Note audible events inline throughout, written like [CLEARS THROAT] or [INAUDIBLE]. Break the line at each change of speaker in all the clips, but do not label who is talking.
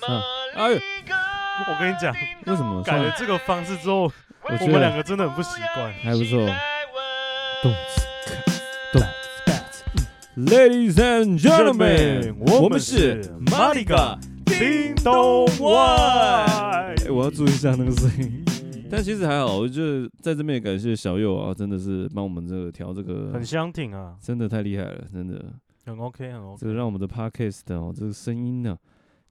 上，
哎呦，
我跟你
[LAUGHS]
讲，
为什么
改
上
了？这个方式之后，
我
我
觉
们
得
两个真的很不习惯。
还不错。动次动次 Ladies and gentlemen，我们是 Monica。
叮咚外，
哎我要注意一下那个声
[LAUGHS]
音。但其实还好，我觉得在这边也感谢小右啊，真的是帮我们这个调这个
很，相挺啊，
真的太厉害了，真的，
很 OK，很 OK。
这让我们的 podcast 哦，这个声音呢、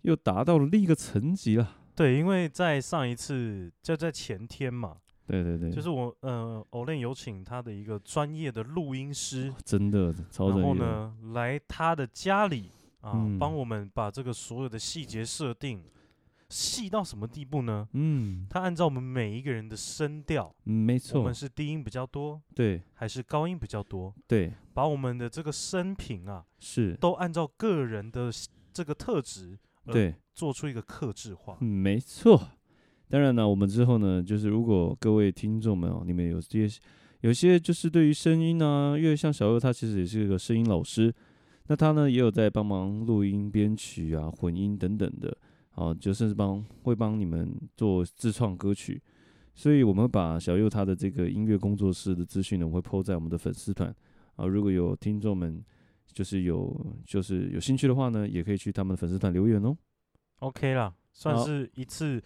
又达到了另一个层级了。
对，因为在上一次就在前天嘛，
对对对，
就是我呃，偶然有请他的一个专业的录音师，
真的超
然
专
后
业的，
呢来他的家里啊，
嗯
帮我们把这个所有的细节设定，细到什么地步呢？
嗯，
他按照我们每一个人的声调，
没
我
错
们，是低音比较多
对
还是高音比较多，
对
把我们的这个声频啊，
是，
都按照个人的 s- 这个特质呃
对。
做出一个克制化。
嗯，没错。当然呢，我们之后呢，就是如果各位听众们哦，你们有这些有些就是对于声音啊，因为像小右他其实也是一个声音老师，那他呢也有在帮忙录音、编曲啊、混音等等的，哦、就甚至帮会帮你们做自创歌曲。所以我们会把小右他的这个音乐工作室的资讯呢，我会 PO 在我们的粉丝团啊。如果有听众们就是有就是有兴趣的话呢，也可以去他们的粉丝团留言哦。
OK 啦，算
好
是一次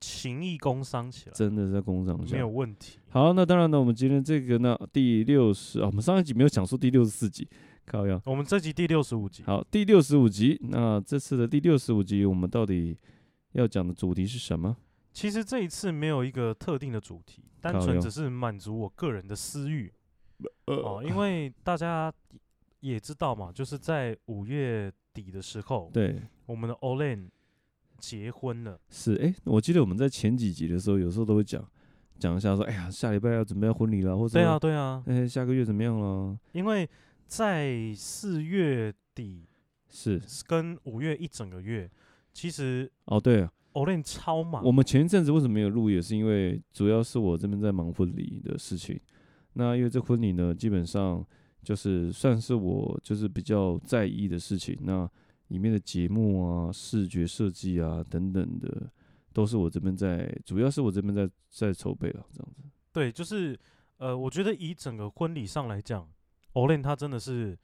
情谊工商起来，
真的是在工厂下
没有问题。
好，那当然呢，我们今天这个呢，第六十啊，我们上一集没有讲述第六十四集，靠呀。
我们这集第六十五集，
好，第六十五集，那这次的第六十五集，我们到底要讲的主题是什么？
其实这一次没有一个特定的主题，单
靠
纯
腰
只是满足我个人的私欲
呃
哦，因为大家也知道嘛，就是在五月底的时候，
对，
我们的 Olen 结婚了，
是诶，我记得我们在前几集的时候，有时候都会讲讲一下说，哎呀，下礼拜要准备要婚礼了，或者
对啊，，对啊，
哎，下个月怎么样了？
因为在四月底
是
跟五月一整个月，其实
哦，对、啊，
Olen 超忙
我，们前一阵子为什么没有录，也是因为主要是我这边在忙婚礼的事情。那因为这婚礼呢，基本上就是算是我就是比较在意的事情。那里面的节目啊、视觉设计啊等等的，都是我这边在，主要是我这边在在筹备了，这样子。
对，就是呃，我觉得以整个婚礼上来讲，Olen 他真的是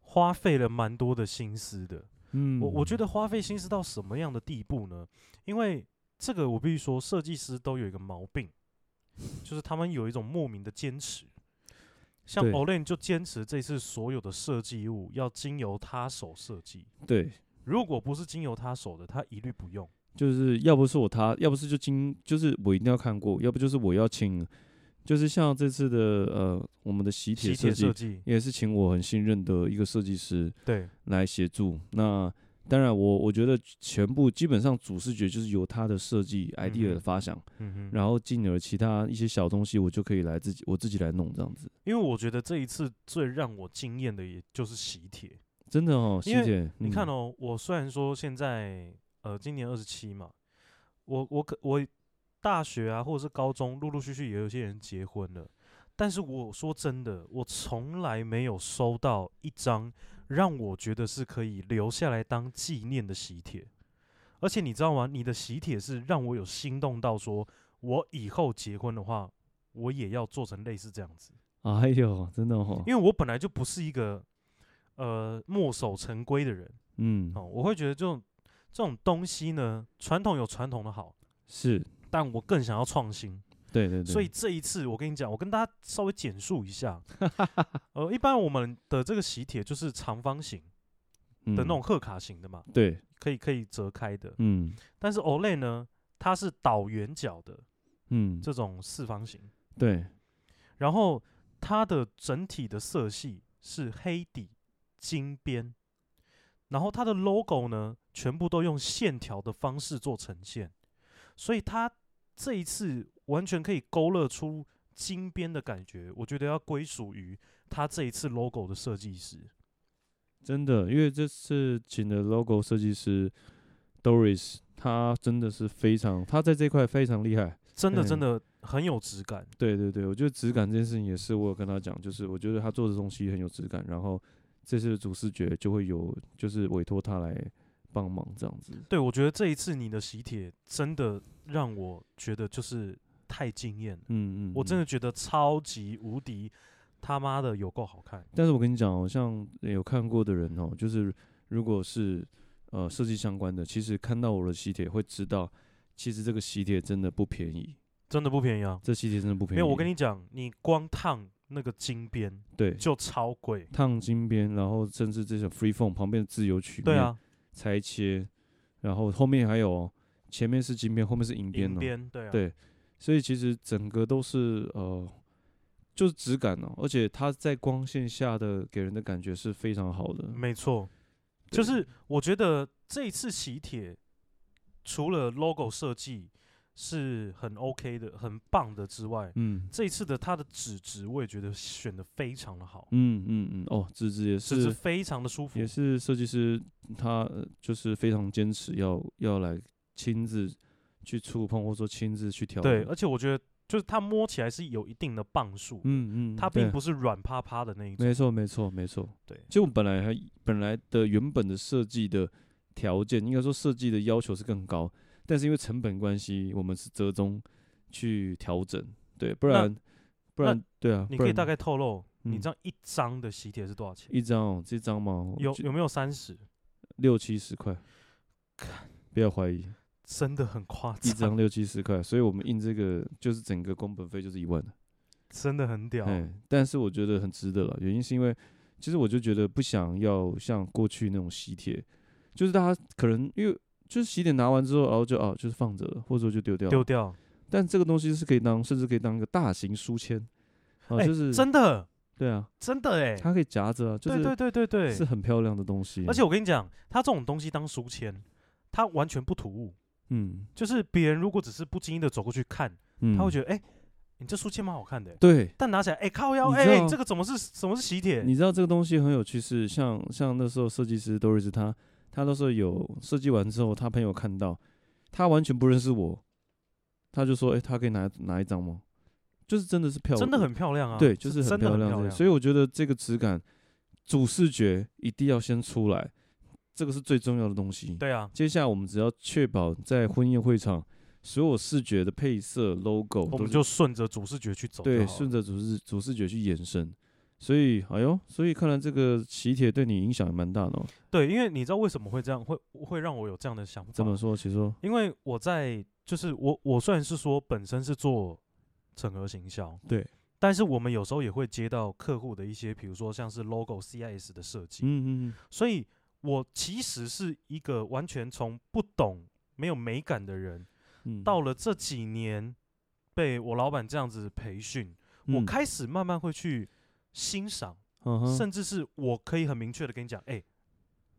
花费了蛮多的心思的。
嗯
我我觉得花费心思到什么样的地步呢？因为这个我必须说，设计师都有一个毛病，就是他们有一种莫名的坚持。像
对
Olen 就坚持这次所有的设计物要经由他手设计，
嗯对，
如果不是经由他手的，他一律不用。
就是要不是我他，要不是就经，就是我一定要看过，要不就是我要请，就是像这次的呃我们的喜帖
喜
设
帖
计
设，计，
也是请我很信任的一个设计师，
对
来协助。那当然我，我觉得全部基本上主视觉就是由他的设计
嗯
idea
哼
的发想，
嗯哼，
然后进而其他一些小东西，我就可以来自己我自己来弄这样子。
因为我觉得这一次最让我惊艳的，也就是喜帖。
真的哦，谢
因为
谢。
你看
嗯，
哦，我虽然说现在呃今年二十七嘛，我我可我大学啊或者是高中陆陆续续也有些人结婚了，但是我说真的，我从来没有收到一张让我觉得是可以留下来当纪念的喜帖，而且你知道吗？你的喜帖是让我有心动到说，我以后结婚的话，我也要做成类似这样子。
哎呦，真的哦，
因为我本来就不是一个呃墨守成规的人
嗯，
哦，我会觉得这种这种东西呢，传统有传统的好，
是，
但我更想要创新。
对对对，
所以这一次我跟你讲，我跟大家稍微简述一下，呃，一般我们的这个喜帖就是长方形
的
的那种贺卡型的嘛，
嗯对，
可以可以折开的，
嗯
但是 Olay 呢，它是倒圆角的
嗯，
这种四方形，
对，
然后它的整体的色系是黑底金边，然后它的 logo 呢，全部都用线条的方式做呈现，所以它这一次完全可以勾勒出金边的感觉，我觉得要归属于它这一次 logo 的设计师。
真的，因为这次请的 logo 设计师 Doris，他真的是非常，他在这块非常厉害。
真的，真
嗯
的很有质感。
对对对，我觉得质感这件事情也是我有跟他讲，就是我觉得他做的东西很有质感，然后这次的主视觉就会有就是委托他来帮忙这样子。
对，我觉得这一次你的喜帖真的让我觉得就是太惊艳了，
嗯嗯，
我真
嗯
的觉得超级无敌他妈的有够好看。
但是我跟你讲哦，像有看过的人哦，就是如果是呃设计相关的，其实看到我的喜帖会知道，其实这个喜帖真的不便宜，
真的不便宜啊！
这喜帖真的不便宜。
没有，我跟你讲，你光烫那个金边
对，
就超贵。
烫金边，然后甚至这种 free form 旁边的自由曲面
对啊，
裁切，然后后面还有哦前面是金边，后面是银边
银
哦，
边对啊，
对所以其实整个都是呃，就是质感哦，而且它在光线下的给人的感觉是非常好的，
没错。
对
就是我觉得这一次喜帖，除了 logo 设计是很 OK 的、很棒的之外，
嗯
这一次的它的纸质我也觉得选的非常的好，
嗯嗯嗯，哦，芝芝也
纸质
是
非常的舒服
也。是设计师，他呃就是非常坚持要要来亲自去触碰，或者说亲自去调
对，
整
而且我觉得就是它摸起来是有一定的磅数，
哦嗯嗯，
它
对
并不是软趴趴的那一种。
没错，没错，没错。
对
就本来还本来的原本的设计的条件，应该说设计的要求是更高，但是因为成本关系，我们是折中去调整。对，不然不然对啊，
你
不
可以
然
大概透露，你
嗯
这样一张的喜帖是多少钱？
一张哦，这张嘛，
有
就
有没有三十？
六七十
[SIGHS]
块
看，
不要怀疑，
真的很夸
一张
张，
六七十块，所以我们印这个就是整个工本费就是一万了。
真的很屌。
哎，但是我觉得很值得了，原因是因为其实我就觉得不想要像过去那种喜帖，就是大家可能因为就是喜帖拿完之后，然后就哦就是放着了，或者说就丢掉了。
丢掉，
但这个东西是可以当，甚至可以当一个大型书签，啊、
哎
就是
真的
对啊，
真的哎，
它可以夹着啊，就
对
是
对对对对
是，很漂亮的东西。
而且我跟你讲，他这种东西当书签，他完全不突兀，
嗯
就是别人如果只是不经意的走过去看，
嗯，
他会
得
觉得哎，你这书签蛮好看的欸，
对。
但拿起来哎靠腰
你
哎
知，
哎
道
这个怎么是什么是喜帖？
你知道这个东西很有趣是，像像那时候设计师 Doris 他他那时候有设计完之后，他朋友看到，他完全不认识我，他就说：“哎、他可以拿拿一张吗？”就是真的是漂亮，
真的很漂亮啊，
对，就是
真
很
的
漂
很
亮
漂
的
亮。
所以我觉得这个质感主视觉一定要先出来，这个是最重要的东西。
对啊，
接下来我们只要确保在婚宴会场所有视觉的配色、logo
我
都
们
是
就顺着主视觉去走就好啊了，
对，顺着主视主视觉去延伸。所以，哎呦，所以看来这个喜帖对你影响也蛮大的、哦。
对，因为你知道为什么会这样，会会让我有这样的想法
怎么说？其实说，
因为我在就是我我虽然是说本身是做整合行销，
对，
但是我们有时候也会接到客户的一些，比如说像是 logo、CIS 的设计，
嗯嗯
所以我其实是一个完全从不懂、没有美感的人，
嗯，
到了这几年被我老板这样子培训，我
嗯，
开始慢慢会去欣赏，
嗯哼
甚至是我可以很明确的跟你讲，哎、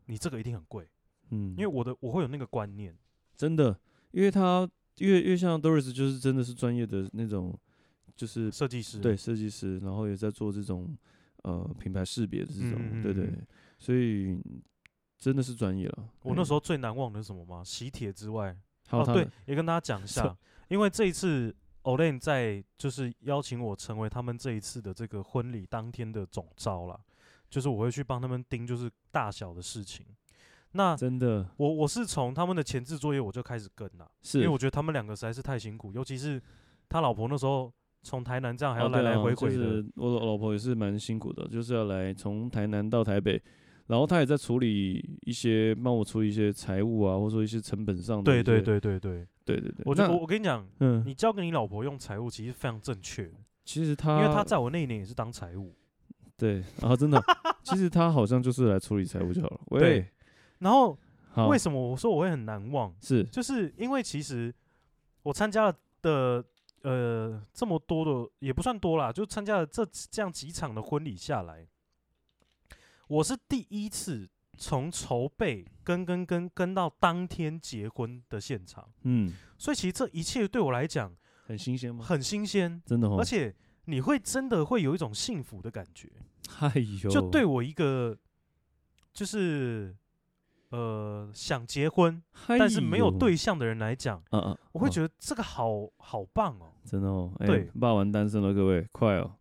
你这个一定很贵，
嗯，
因为我的我会有那个观念。
真的，因为他越越像 Doris 就是真的是专业的那种，就是
设计师，
对设计师，然后也在做这种呃品牌识别的这种，
嗯嗯
对对
嗯，
所以真的是专业了。
我那时
候
候最难忘的是什么吗？喜帖之外，
还有嗯
哦
他
对
的，
也跟大家讲一下
是，
[LAUGHS] 因为这一次 Olen 在就是邀请我成为他们这一次的这个婚礼当天的总招啦，就是我会去帮他们盯就是大小的事情。那
真的
我我是从他们的前置作业我就开始跟啦，因
是
为我觉得他们两个实在是太辛苦，尤其是他老婆那时候从台南这样还要
哦
来
对
来
啊
回
就
回的，
是我老婆也是蛮辛苦的，就是要来从台南到台北，然后她也在处理一些帮我处理一些财务啊，或者说一些成本上的一
对
些。
对对对对，
对对对。
我觉
那
得我我跟你讲，
嗯，
你交给你老婆用财务其实非常正确，
其实他
因为她在我那一年也是当财务。
对啊，真的，其实他好像就是来处理财务就好
[LAUGHS]
了。
对
喂，
然后
好，
为什么我说我会很难忘？
是
就是因为其实我参加了的呃这么多的也不算多啦，就参加了这这样几场的婚礼下来，我是第一次从筹备跟跟跟跟到当天结婚的现场，
嗯，
所以其实这一切对我来讲
很新鲜吗？
很新鲜，
真的哦，
而且你会真的会有一种幸福的感觉，
哎呦，
就对，我一个就是呃想结婚。
哎
但是没有对象的人来讲，
啊啊，
我会
得
觉得这个好好棒哦。
真的哦，哎
对
霸王单身了，各位快哦，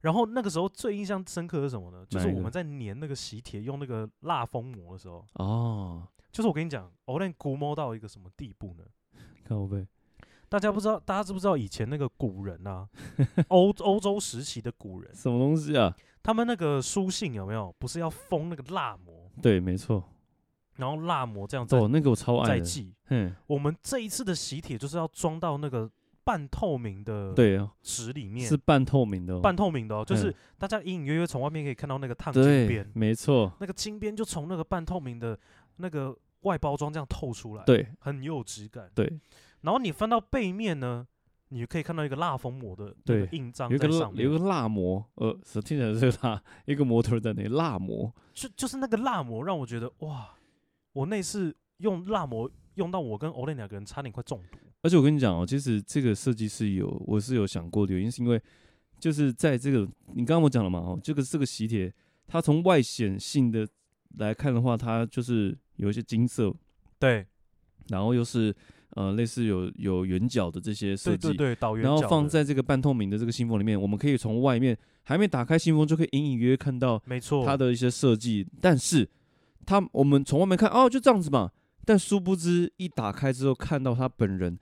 然后那个时候最印象深刻的是什么呢？就是
哪一
我
个
们在粘那个喜帖，用那个蜡封膜的时候，
哦，
就是我跟你讲，我那估摸到一个什么地步呢？
看我背，
大家不知道，大家知不知道以前那个古
[LAUGHS]
人啊，欧欧洲时期的古人，
什么东西啊？
他们那个书信有没有不是要封那个蜡膜，
对，没错，
然后蜡膜这样再、
哦，那个我超爱
再
的，
寄？
嗯，
我们这一次的喜帖就是要装到那个半透明的
对哦，
纸里呃面，
是半透明的哦，
半透明的哦，就是
嗯
大家隐隐约约从外面可以看到那个烫金
对
边，，
没错，
那个金边就从那个半透明的那个外包装这样透出来，，
对
很有质感。
对，
然后你翻到背面呢，你就可以看到一个蜡封膜的那
对
个印章
有一
在
个
上
蜡有一
面，
个蜡膜，呃，是听起来是蜡，一个模特儿在那里蜡膜，
就就是那个蜡膜让我觉得哇，我那次用蜡膜用到我跟欧 l 两个人差点快中毒。
而且我跟你讲哦，其实这个设计是有，我是有想过的原因，是因为就是在这个你刚刚我讲了嘛，哦，这个这个喜帖，它从外显性的来看的话，它就是有一些金色，
对
然后又是呃类似有有圆角的这些设
对
计，
对对，导圆
然后
角
放
的
在这个半透明的这个信封里面，我们可以从外面还没打开信封就可以隐隐约约看到
没错，
它的一些设计，但是它我们从外面看哦就这样子嘛，但殊不知一打开之后看到他本人。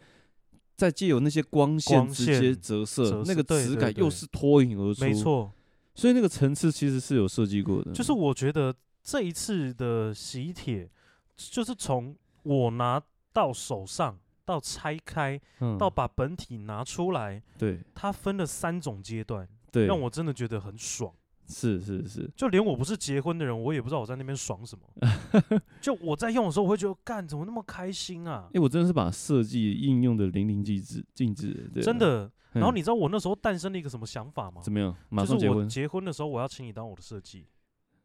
再借由那些光线
光
直
线
接折射，
折射
那个
对
质
对
感又
对
是脱颖而出，
没。错，
所以那个层次其实是有设计过的，
就是我觉得这一次的喜帖，就是从我拿到手上到拆开
嗯
到把本体拿出来，
对
它分了三种阶段，
对，
让我真的觉得很爽。
是是是，
就连我不是结婚的人，我也不知道我在那边
[LAUGHS]
爽什么。就我在用的时候，我会觉得干怎么那么开心啊
哎、！我真的是把设计应用的淋漓尽致，尽致，对
真。的。
嗯
然后你知道我那时候诞生了一个什么想法吗？
怎么样？马
就
上
是
结
我
婚
结婚的时候，我要请你当我的设计。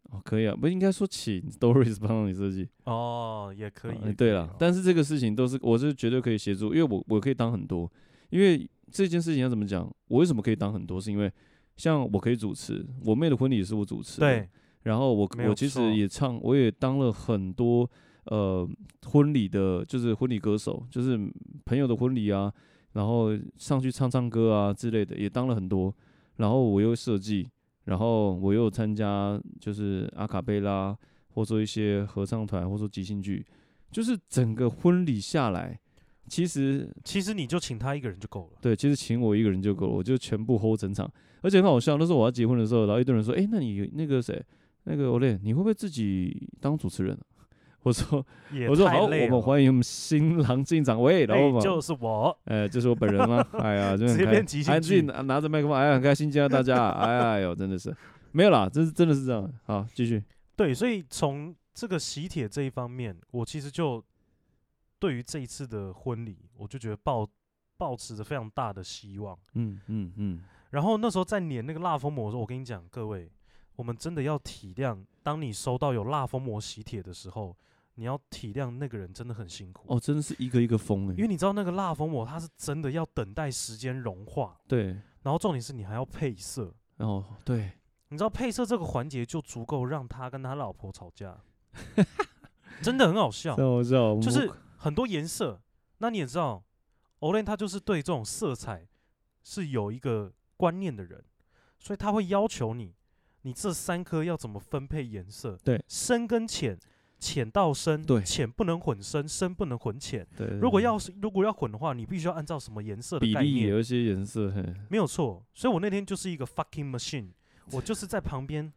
哦，可以啊，不应该说请 [LAUGHS] Doris 帮你设计，
哦，也可以。
啊
也可以
对
哦
了，但是这个事情都是我是绝对可以协助，因为我我可以当很多，因为这件事情要怎么讲，我为什么可以当很多，是因为像我可以主持，我妹的婚礼也是我主持，
对，
然后我
没
我
有
其
错
实也唱，我也当了很多呃婚礼的，就是婚礼歌手，就是朋友的婚礼啊，然后上去唱唱歌啊之类的，也当了很多。然后我又设计，然后我又参加就是阿卡贝拉，或者说一些合唱团，或者说即兴剧，就是整个婚礼下来，其实
其实你就请他一个人就够了。
对，其实请我一个人就够了，我就全部 hold 整场，而且很好笑。那时候我要结婚的时候，然后一堆人说：“诶，那你那个谁，那个 Olay，你会不会自己当主持人、啊？” [LAUGHS] 我说
也：“
我说
太
好，我
累
们
了
欢迎我们新郎进场。喂，然后
哎
我们
就是我，
呃，这是我本人吗？哎呀，就很
直接
开
变即兴
还自己
剧
拿拿着麦克风，哎呀，很开心见到大家。哎呀，哎呦，真的是没有啦，这是真的是这样。好，继续。
对，所以从这个喜帖这一方面，我其实就对于这一次的婚礼，我就觉得抱抱持着非常大的希望。
嗯嗯嗯，
然后那时候在粘那个蜡封膜的时候，我跟你讲，各位，我们真的要体谅，当你收到有蜡封膜喜帖的时候，你要体谅那个人真的很辛苦，
哦，真的是一个一个封
因
诶。
为你知道那个蜡封膜它是真的要等待时间融化，
对，
然后重点是你还要配色。
哦对，
你知道配色这个环节就足够让他跟他老婆吵架，
[LAUGHS]
真的很好笑。
这好笑，我
就是很多颜色，那你也知道，Olen 他就是对这种色彩是有一个观念的人，所以他会要求你，你这三颗要怎么分配颜色？
对，
深跟浅，浅到深，
对
浅不能混深，深不能混浅。
对，对
如果
对
要是如果要混的话，你必须要按照什么颜色的
比
概
例
念，
有一些颜色，嘿，
没有错。所以我那天就是一个 fucking machine，我就是在旁边，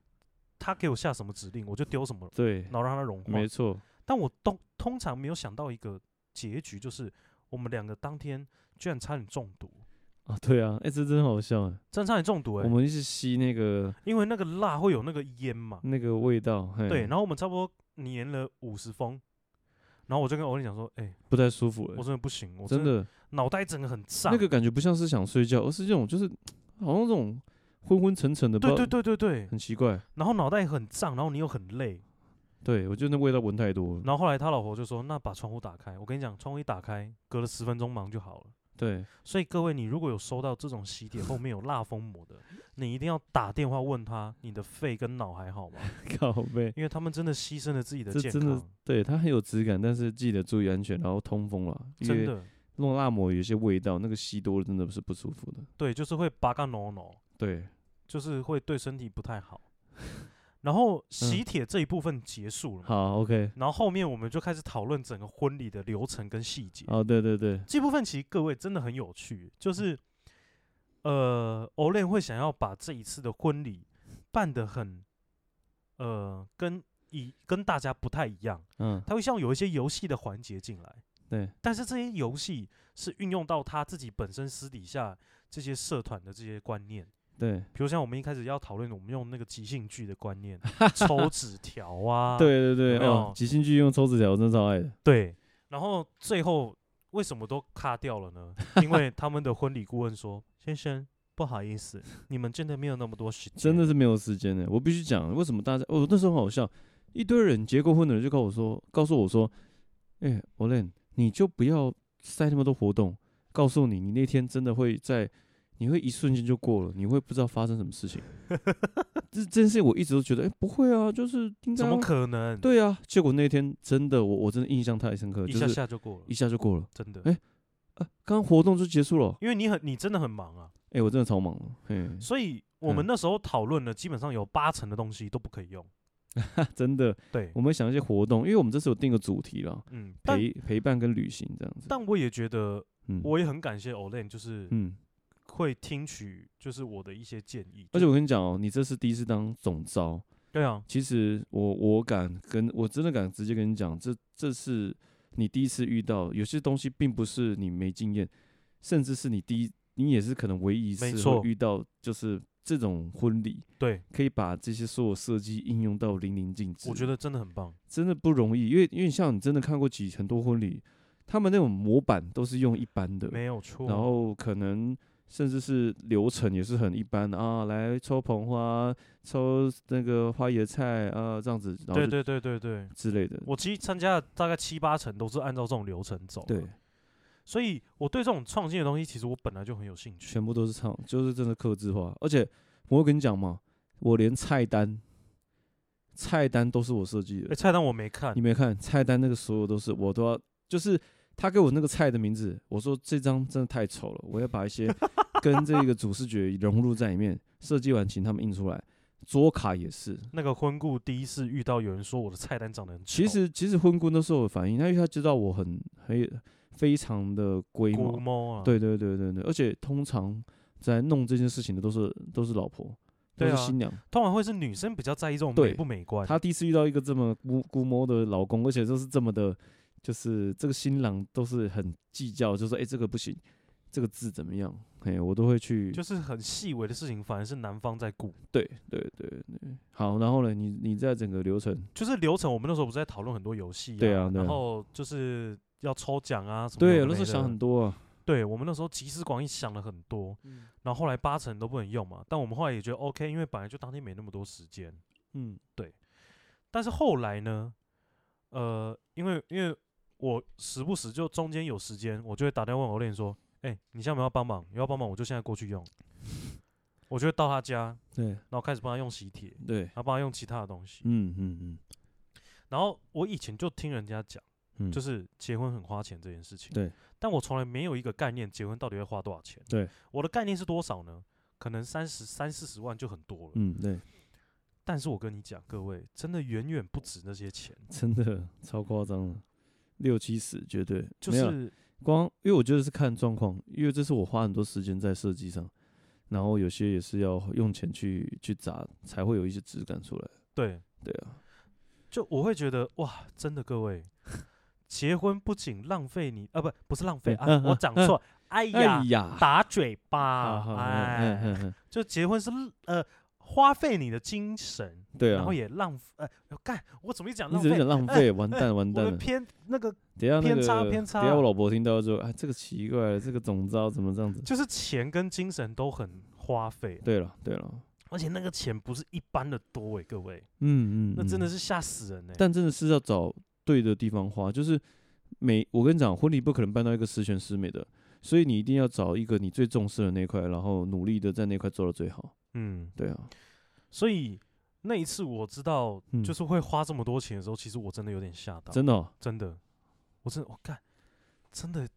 他给我下什么指令，我就丢什么，
对，
然后让它融化
没。错，
但我通通常没有想到一个结局，就是我们两个当天居然差点中毒，
啊，对啊，哎、这真好笑哎、
真的差点中毒哎、
我们一直吸那个
因为那个蜡会有那个烟嘛，
那个味道，嘿
对，然后我们差不多粘了五十封，然后我就跟欧丽讲说，哎、
不太舒服哎、
我真的不行，我
真
的
的
脑袋整个很胀，
那个感觉不像是想睡觉，而是这种就是好像这种昏昏沉沉的，不
对
知道
对对对对，
很奇怪。
然后脑袋很胀，然后你又很累，
对我觉得那味道闻太多了，
然后后来他老婆就说，那把窗户打开，我跟你讲，窗户一打开，隔了十分钟忙就好了。
对， [LAUGHS]
所以各位，你如果有收到这种喜帖后面有蜡封膜的，你一定要打电话问他，你的肺跟脑还好吗？
靠背，
因为他们真的牺牲了自己的
这
健康，
真的对它很有质感，但是记得注意安全，然后通风了，因
真
为
的
弄蜡膜有一些味道，那个吸多了真的不是不舒服的。
对，就是会拔干挠挠。
对，
就是会对身体不太好。
[LAUGHS]
然后喜帖这一部分结束了嘛，
嗯好，OK，
然后后面我们就开始讨论整个婚礼的流程跟细节。
哦，对对对，
这部分其实各位真的很有趣，就是呃，Olen 会想要把这一次的婚礼办得很呃，跟以跟大家不太一样，
嗯，
他会像有一些游戏的环节进来，
对，
但是这些游戏是运用到他自己本身私底下这些社团的这些观念，
对，
比如像我们一开始要讨论的，我们用那个即兴剧的观念，抽纸条啊，
对对
有
对，
没
哦
有，
即兴剧用抽纸条，我真的超爱的。
对，然后最后为什么都卡掉了呢？因为他们的婚礼顾问说：“ [LAUGHS] 先生，不好意思，你们真的没有那么多时间。”
真的是没有时间的。我必须讲，为什么大家哦那时候很好笑，一堆人结过婚的人就跟我说，告诉我说，哎、o l e n 你就不要塞那么多活动，告诉你，你那天真的会在，你会一瞬间就过了，你会不知道发生什么事
[LAUGHS]
情。这这件事情我一直都觉得，哎、不会啊，就是应该
怎
啊
么可能？，
对啊。结果那天真的，我我真的印象太深刻，
一
就
下
是
下就过了
一，下就过了，
真的。
哎啊，刚刚活动就结束了，
因为你很，你真的很忙啊，
哎、我真的超忙的，
[LAUGHS]
嘿，
所以我们
嗯
那时候讨论了，基本上有八成的东西都不可以用。
真的，
对
我，们想一些活动，因为我们这次有定个主题了。
嗯，但
陪陪伴跟旅行这样子。
但我也觉得，
嗯，
我也很感谢 Olen，就是
嗯，
会听取就是我的一些建议。
而且我跟你讲哦，你这是第一次当总招，
对啊，
其实我我敢跟我真的敢直接跟你讲，这这是你第一次遇到，有些东西并不是你没经验，甚至是你第一，你也是可能唯一一次
没
会
错
遇到，就是这种婚礼
对，
可以把这些所有设计应用到淋漓尽致。
我觉得真的很棒。
真的不容易，因为因为像你真的看过几很多婚礼，他们那种模板都是用一般的，
没有错。
然后可能甚至是流程也是很一般的啊，来抽捧花、抽那个花椰菜啊，这样子，然后
对
就
对对对对，
之类的。
我其实参加的大概七八成都是按照这种流程走。
对，，
所以我对这种创新的东西，其实我本来就很有兴趣。
全部都是唱，就是真的克制化。而且我会跟你讲嘛，我连菜单，菜单都是我设计
哎、
的。
菜单我没看
你，没看菜单那个所有都是我都要，就是他给我那个菜的名字，我说这张真的太丑了，我要把一些跟这个主视觉融入在里面，设计完请他们印出来。桌卡也是，
那个婚顾第一次遇到有人说我的菜单长得很丑，
其实其实婚姑那时候有反应，他因为他知道我很很非常的龟毛，
古猫啊，
对对对对对，而且通常在弄这件事情的都是都是老婆，都
对
是
啊
新娘。
通常会是女生比较在意这种
对
美不美观。
她第一次遇到一个这么估估摸的老公，而且都是这么的，就是这个新郎都是很计较，就说哎、这个不行，这个字怎么样？哎、我都会去，
就是很细微的事情，反而是男方在顾。
对对对对，好，然后呢，你你在整个流程，
就是流程，我们那时候不是在讨论很多游戏、啊，
对啊对啊
然后就是要抽奖啊什么有
对，
的没的。
那时候想很多啊，
对我们那时候集思广益想了很多，然后后来八成都不能用嘛，但我们后来也觉得 OK，因为本来就当天没那么多时间。
嗯，
但是后来呢，呃，因为因为我时不时就中间有时间，我就会打电话问我练说，哎、你现在有没有帮忙？有要帮忙我就现在过去用。我就会到他家，
对
然后开始帮他用喜帖，
对，
然后帮他用其他的东西。
嗯嗯嗯
然后我以前就听人家讲，
嗯，
就是是结婚很花钱这件事情。
对，
但我从来没有一个概念，结婚到底会花多少钱。
对，
我的概念是多少呢？可能三十三四十万就很多了。
嗯对，
但是我跟你讲，各位真的远远不止那些钱，
真的超夸张了，六七十绝对
就
没有
是
光，因为我觉得是看状况，因为这是我花很多时间在设计上，然后有些也是要用钱去去砸，才会有一些质感出来。
对
对啊，
就我会觉得哇，真的
[LAUGHS]
各位，结婚不仅浪费你啊，不不是浪
嗯
费啊
嗯，
我
嗯
讲
嗯
错，哎呀
哎，呀，
打嘴
好
巴
好，嗯
哎，
嗯嗯
就结婚是呃花费你的精神，
嗯对啊
然后，也浪费，呃，干我怎么一讲
你
浪
只是
费？哎
讲浪费，完
[LAUGHS]
蛋完
我
蛋了
们。偏那个
等一下那
偏
个，
差
等
偏
一
差
下我老婆听到就哎，这个奇怪了，这个总招怎么这样子？
就是钱跟精神都很花费，
对了对了，
而且那个钱不是一般的多哎，各位，
嗯嗯，
那真的
嗯，
是吓死人哎。
但真的是要找对的地方花，就是每我跟你讲，婚礼不可能办到一个十全十美的。所以你一定要找一个你最重视的那一块，然后努力的在那块做到最好。
嗯，
对啊，
所以那一次我知道
嗯
就是会花这么多钱的时候，其实我真的有点吓到，
真的、哦，
真的，我真的我干，真的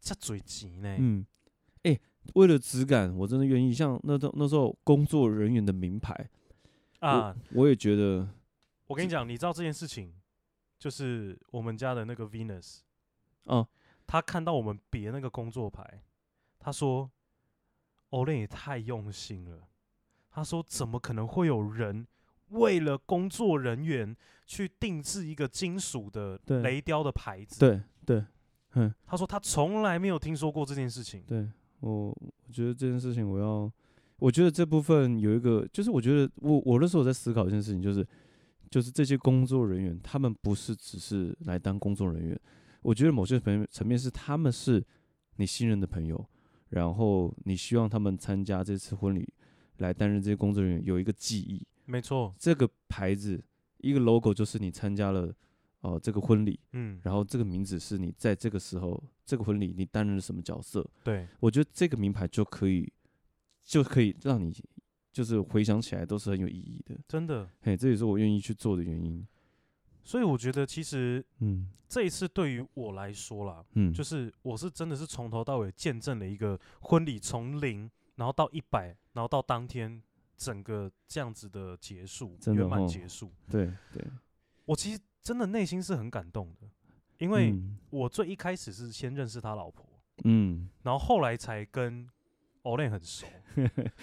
下嘴急呢。
嗯，哎、为了质感，我真的愿意。像那时候那时候工作人员的名牌
啊！
我也觉得
我跟你讲，你知道这件事情，就是我们家的那个 Venus，
啊，
他看到我们别那个工作牌，他说 o l 也太用心了。”他说：“怎么可能会有人为了工作人员去定制一个金属的
对
雷雕的牌子？”
对对，嗯，
他说他从来没有听说过这件事情。
对我，我觉得这件事情我要，我觉得这部分有一个，就是我觉得我我那时候在思考一件事情，就是就是这些工作人员，他们不是只是来当工作人员，我觉得某些层面层面是他们是你信任的朋友，然后你希望他们参加这次婚礼来担任这些工作人员，有一个记忆，
没错，
这个牌子一个 logo 就是你参加了呃这个婚礼，
嗯，
然后这个名字是你在这个时候这个婚礼你担任了什么角色。
对，
我觉得这个名牌就可以，就可以让你就是回想起来都是很有意义的。
真的。
嘿，这也是我愿意去做的原因。
所以我觉得其实
嗯
这一次对于我来说啦，
嗯，
就是是我是真的是从头到尾见证了一个婚礼从零，然后到一百，然后到当天整个这样子的结束，
真的
圆满
哦
结束。
对对，
我其实真的内心是很感动的，因为
嗯
我最一开始是先认识他老婆，
嗯
然后后来才跟 Olen 很
[LAUGHS]
熟，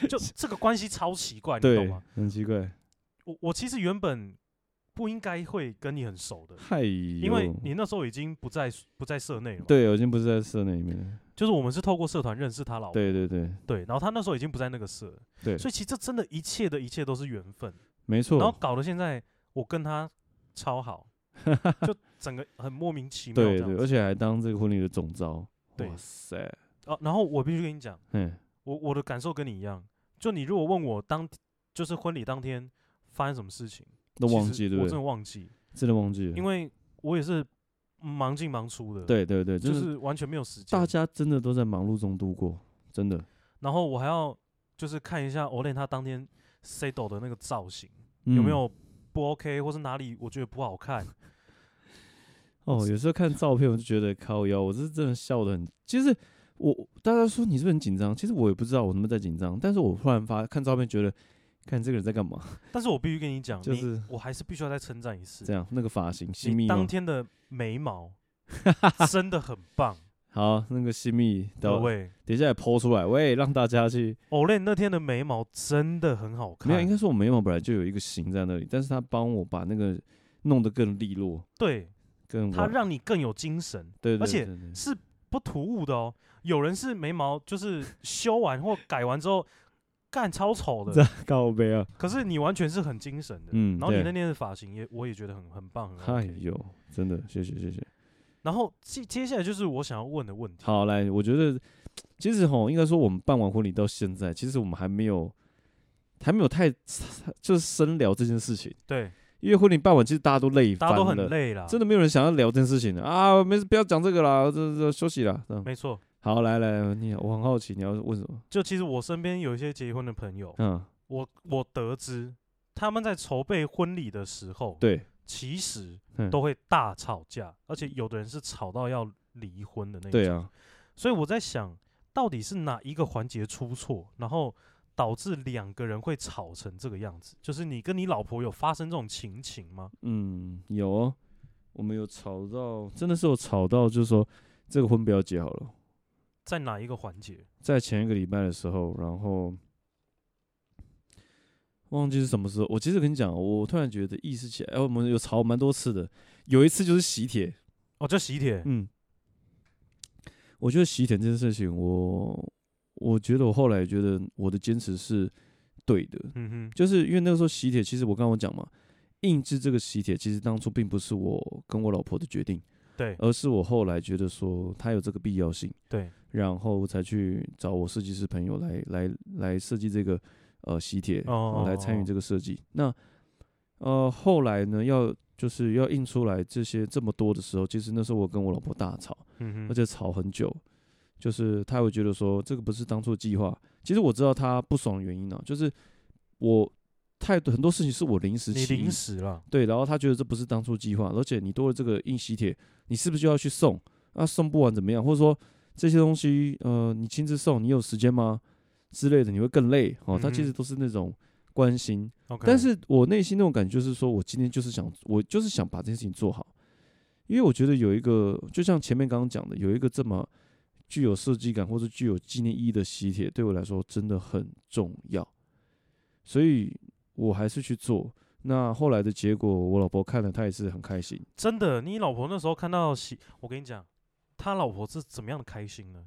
就这个关系超奇怪，你懂
对
吗？，
很奇怪，
我我其实原本不应该会跟你很熟的，
嗨哟，
因
因
为你那时候已经不在不在社内了嘛。，
对我已经不是在社那里面了。
就是我们是透过社团认识他老婆，
对对对
对然后他那时候已经不在那个社了，
对，
所以其实这真的一切的一切都是缘分，
没
然后
错，
搞得现在我跟他
[LAUGHS]
超好，就整个很莫名其妙这
对
样
对，
子。
而且还当这个婚礼的总招。
对
哇塞，
啊，然后我必须跟你讲，
嗯
我我的感受跟你一样，就你如果问我当就是婚礼当天发生什么事情，
都
其
忘
实
记对
我
不
真
对
的？忘记，
真的忘记了，
因
为
为我也是忙进忙出的，，
对对对，
就
就是
是完全没有时间
大。家真的都在忙碌中度过，真的，
然后我还要就是看一下 Olen 他当天 s e d o 的那个造型、有没
嗯
有不 OK，或是哪里我觉得不好看。
哦，有时候看照片我就觉得靠腰，我是真的笑得很。其实我大家说你是不是很紧张？其实我也不知道我他妈在紧张，但是我忽然发看照片觉得，看这个人在干嘛？
但是我必须跟你讲，
就
你
是
我还是必须要再称赞一次
这，样那个发型，西
你
密哦
当
吗
天的眉毛
[LAUGHS]
真的很棒，
好，那个西密，
各
等
位。
等一下也剖出来，喂，让大家去。
Olen 那天的眉毛真的很好看，
没有，应该说我眉毛本来就有一个形在那里，但是他帮我把那个弄得更利落，
对
更
它
完
让你更有精神，
对对
而且
对
[LAUGHS]
对
是不突兀的哦。有人是眉毛就是修完或改完之后，干超丑
这
的
样，告白啊，
可是你完全是很精神的。
嗯
然后你
对
那天的发型也我也觉得很很棒，很
哎
OK。
呦，真的，谢谢谢谢。
然后接接下来就是我想要问的问题，
好，来，我觉得其实吼，应该说我们办完婚礼到现在，其实我们还没有还没有太就是深聊这件事情，
对，
因为婚礼办完，其实大家都累
大
翻
家
了，
都很累啊啦，
真的没有人想要聊这件事情的啊，没事，不要讲这个啦，这这休息啦。这样
没错。
好，来来，你我很好奇你要问什么？
就其实我身边有一些结婚的朋友，
嗯，
我我得知他们在筹备婚礼的时候，
对，
其实
嗯
都会大吵架，而且有的人是吵到要离婚的那一种。
对啊，
所以我在想，到底是哪一个环节出错，然后导致两个人会吵成这个样子？就是你跟你老婆有发生这种情形吗？
嗯，有哦，我们有吵到，真的是有吵到，就是说这个婚不要结好了。
在哪一个环节？
在前一个礼拜的时候，然后忘记是什么时候。我其实跟你讲，我突然觉得意识起来，哎、我们有吵蛮多次的。有一次就是喜帖，
哦，就喜帖。
嗯，我觉得喜帖这件事情，我我觉得我后来觉得我的坚持是对的，
嗯哼，
就是因为那个时候喜帖，其实我刚刚我讲嘛，印制这个喜帖，其实当初并不是我跟我老婆的决定，
对
而是我后来觉得说它有这个必要性。
对，
然后才去找我设计师朋友来来来设计这个呃喜帖，
哦
呃来参与这个设计。那呃后来呢，要就是要印出来这些这么多的时候，其实那时候我跟我老婆大吵，
嗯
而
哼，
且吵很久。就是她会觉得说这个不是当初的计划。其实我知道她不爽的原因呢、啊就是我太多很多事情是我临时
你
起意
临时了，
对，然后他觉得这不是啊当初计划，而且你多了这个印喜帖，你是不是就要去送？那、送不完怎么样？或者说这些东西，呃，你亲自送，你有时间吗？之类的，你会更累哦。他其
嗯
实都是那种关心，
OK，
但是我内心那种感觉就是说，我今天就是想，我就是想把这件事情做好，因为我觉得有一个，就像前面刚刚讲的，有一个这么具有设计感或者具有纪念意义的喜帖，对我来说真的很重要，所以我还是去做。那后来的结果，我老婆看了，她也是很开心。
真的，你老婆那时候看到喜，我跟你讲，他老婆是怎么样的开心呢？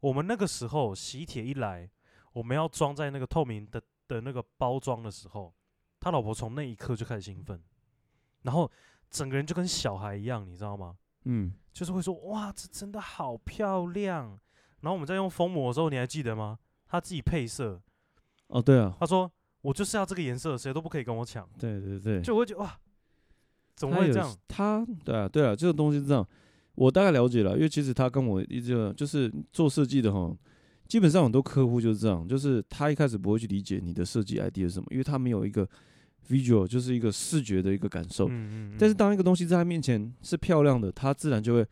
我们那个时候喜帖一来，我们要装在那个透明的的那个包装的时候，他老婆从那一刻就开始兴奋，然后整个人就跟小孩一样，你知道吗？
嗯，
就是会说哇，这真的好漂亮。然后我们在用封膜的时候，你还记得吗？他自己配色，
哦，对啊，
他说我就是要这个颜色，谁都不可以跟我抢。
对对对，
就我会觉得哇，怎么
他
会
有
这样？
他对啊，对啊，这个东西是这样，我大概了解了，因为其实他跟我一直就是做设计的哈，基本上很多客户就是这样，就是他一开始不会去理解你的设计 idea 是什么，因为他没有一个 visual，就是一个视觉的一个感受。
嗯嗯嗯，
但是当一个东西在他面前是漂亮的，他自然就会